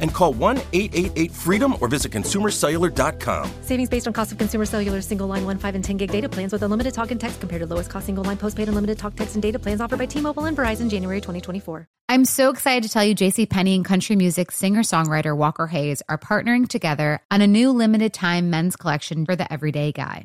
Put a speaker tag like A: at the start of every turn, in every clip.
A: and call 1 888 freedom or visit consumercellular.com.
B: Savings based on cost of consumer cellular single line 1, 5, and 10 gig data plans with unlimited talk and text compared to lowest cost single line postpaid unlimited talk, text, and data plans offered by T Mobile and Verizon January 2024.
C: I'm so excited to tell you JC Penney and country music singer-songwriter Walker Hayes are partnering together on a new limited time men's collection for the everyday guy.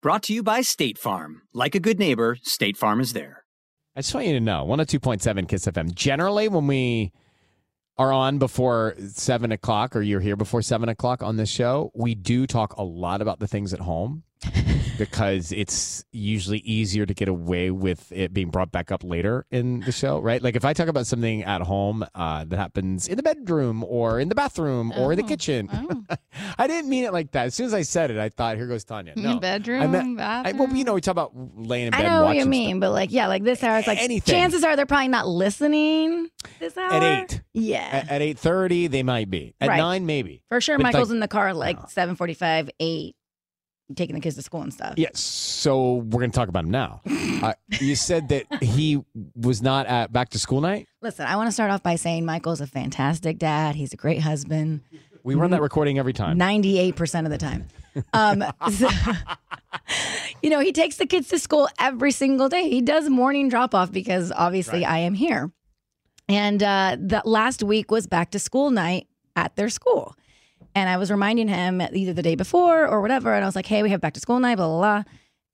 D: Brought to you by State Farm. Like a good neighbor, State Farm is there.
E: I just want you to know 102.7 Kiss FM. Generally, when we are on before 7 o'clock or you're here before 7 o'clock on this show, we do talk a lot about the things at home because it's usually easier to get away with it being brought back up later in the show, right? Like if I talk about something at home uh, that happens in the bedroom or in the bathroom or in the
B: Oh.
E: kitchen,
B: Oh.
E: I didn't mean it like that. As soon as I said it, I thought, here goes Tanya. No.
B: bedroom,
E: I meant- I, well, you know, we talk about laying in bed
B: I know what
E: watching
B: you
E: stuff.
B: mean, but like, yeah, like this hour, it's like
E: Anything.
B: chances are they're probably not listening this hour.
E: At 8.
B: Yeah.
E: At, at eight thirty, they might be. At
B: Right.
E: nine, maybe.
B: For sure,
E: But,
B: Michael's
E: like,
B: in the car like
E: no.
B: 745, 8, taking the kids to school and stuff.
E: Yes. So we're gonna talk about him now. uh, you said that he was not at back to school night.
B: Listen, I want to start off by saying Michael's a fantastic dad. He's a great husband,
E: We
B: Mm-hmm.
E: run that recording every time.
B: 98% of the time. Um, so- you know, he takes the kids to school every single day. He does morning drop off because obviously I am here. And uh, the last week was back to school night at their school. And I was reminding him either the day before or whatever. And I was like, hey, we have back to school night, blah, blah, blah.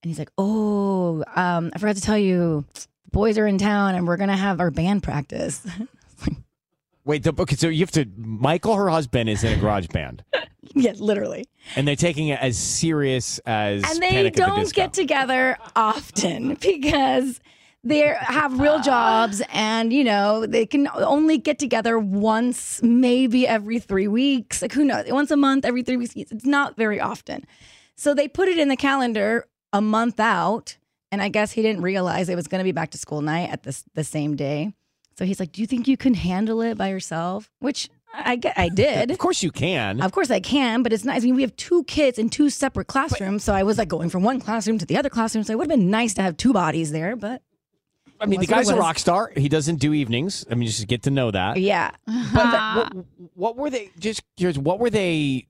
B: And he's like, oh, um, I forgot to tell you, the boys are in town and we're going to have our band practice.
E: Wait, the, okay. So you have to. Michael, her husband, is in a garage band,
B: yeah, literally.
E: and they're taking it as serious as.
B: and they
E: Panic at the
B: don't
E: Disco.
B: get together often because they have real jobs and you know they can only get together once maybe every three weeks like who knows once a month every three weeks it's not very often so they put it in the calendar a month out and i guess he didn't realize it was going to be back to school night at this the same day so he's like do you think you can handle it by yourself which i get i did
E: Of course you can.
B: of course I can, but it's nice. I mean, we have two kids in two separate classrooms, so I was like going from one classroom to the other classroom. So it would have been nice to have two bodies there, but
E: I mean, the
B: It was what it
E: guy's a
B: was.
E: rock star. He doesn't do evenings. I mean, just get to know that.
B: yeah.
E: But,
B: Uh,
E: but what, what were they? Just curious. What were they?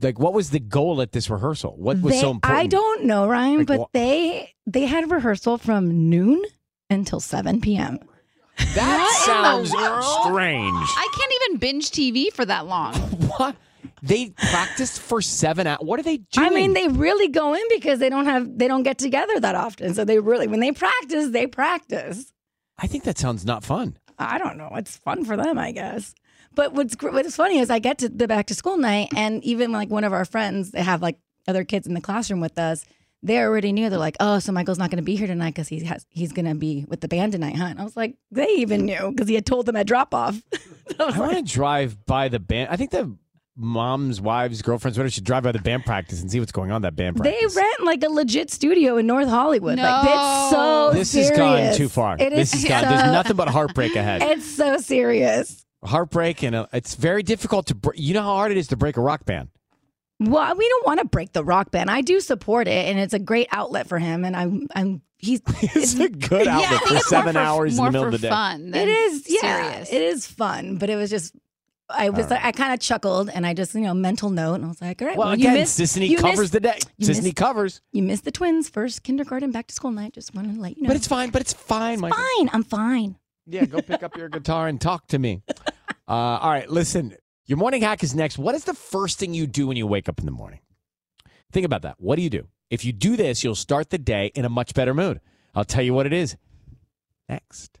E: Like, what was the goal at this rehearsal? What was
B: They-
E: so important?
B: I don't know, Ryan,
E: Like,
B: but
E: wha-
B: they they had a rehearsal from noon until seven p.m.
E: That
F: What in
E: sounds
F: the world?
E: strange.
F: I can't even binge TV for that long.
E: What? They practiced for seven hours. What are they doing?
B: I mean, they really go in because they don't have they don't get together that often. So they really when they practice, they practice.
E: I think that sounds not fun.
B: I don't know. It's fun for them, I guess. But what's gr- what's funny is I get to the back to school night, and even like one of our friends, they have like other kids in the classroom with us. they already knew. They're like, oh, so Michael's not going to be here tonight because he has he's going to be with the band tonight, huh? And I was like, they even knew because he had told them at drop off. I was
E: I want
B: like,
E: to drive by the band. I think the moms, wives, girlfriends, whatever, should drive by the band practice and see what's going on at that band
B: they
E: practice.
B: rent like a legit studio in North Hollywood. Like it's
C: No.
B: so
E: this has gone
B: Oh, serious.
E: too far.
B: It is
E: this has gone.
B: so-
E: There's nothing but heartbreak ahead.
B: It's so serious.
E: heartbreak, and uh, it's very difficult to. Br- you know how hard it is to break a rock band.
B: Well, we don't want to break the rock band. I do support it, and it's a great outlet for him. And I'm, I'm, he's,
E: It's a good
C: Yeah, I
E: outlet
C: think
E: for
C: it's more
E: seven hours in
C: more
E: the middle
C: for
E: of the day.
C: Fun
B: it
C: than
B: is, yeah,
C: serious.
B: it is fun. But it was just, I was, like, I kind of chuckled, and I just, you know, mental note, and I was like, all right,
E: Well,
B: well,
E: again,
B: you missed,
E: Disney
B: you
E: covers
B: missed,
E: the day.
B: you
E: Disney
B: missed-
E: covers,
B: you missed the twins' first kindergarten back to school night. Just wanted to let you know,
E: but it's fine. But it's fine, Michael.
B: fine. I'm fine.
E: Yeah, go pick up your guitar and talk to me. Uh, all right, listen. Your morning hack is next. What is the first thing you do when you wake up in the morning? Think about that. What do you do? If you do this, you'll start the day in a much better mood. I'll tell you what it is next.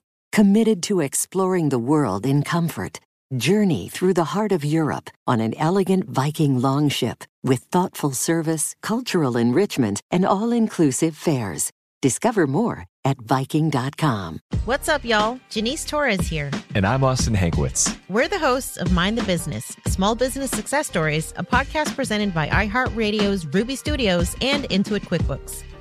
G: committed to exploring the world in comfort. Journey through the heart of Europe on an elegant Viking longship with thoughtful service, cultural enrichment, and all inclusive fares. Discover more at Viking.com.
H: What's up, y'all? Janice Torres here.
I: And I'm Austin Hankwitz.
H: We're the hosts of Mind the Business Small Business Success Stories, a podcast presented by iHeartRadio's Ruby Studios and Intuit QuickBooks.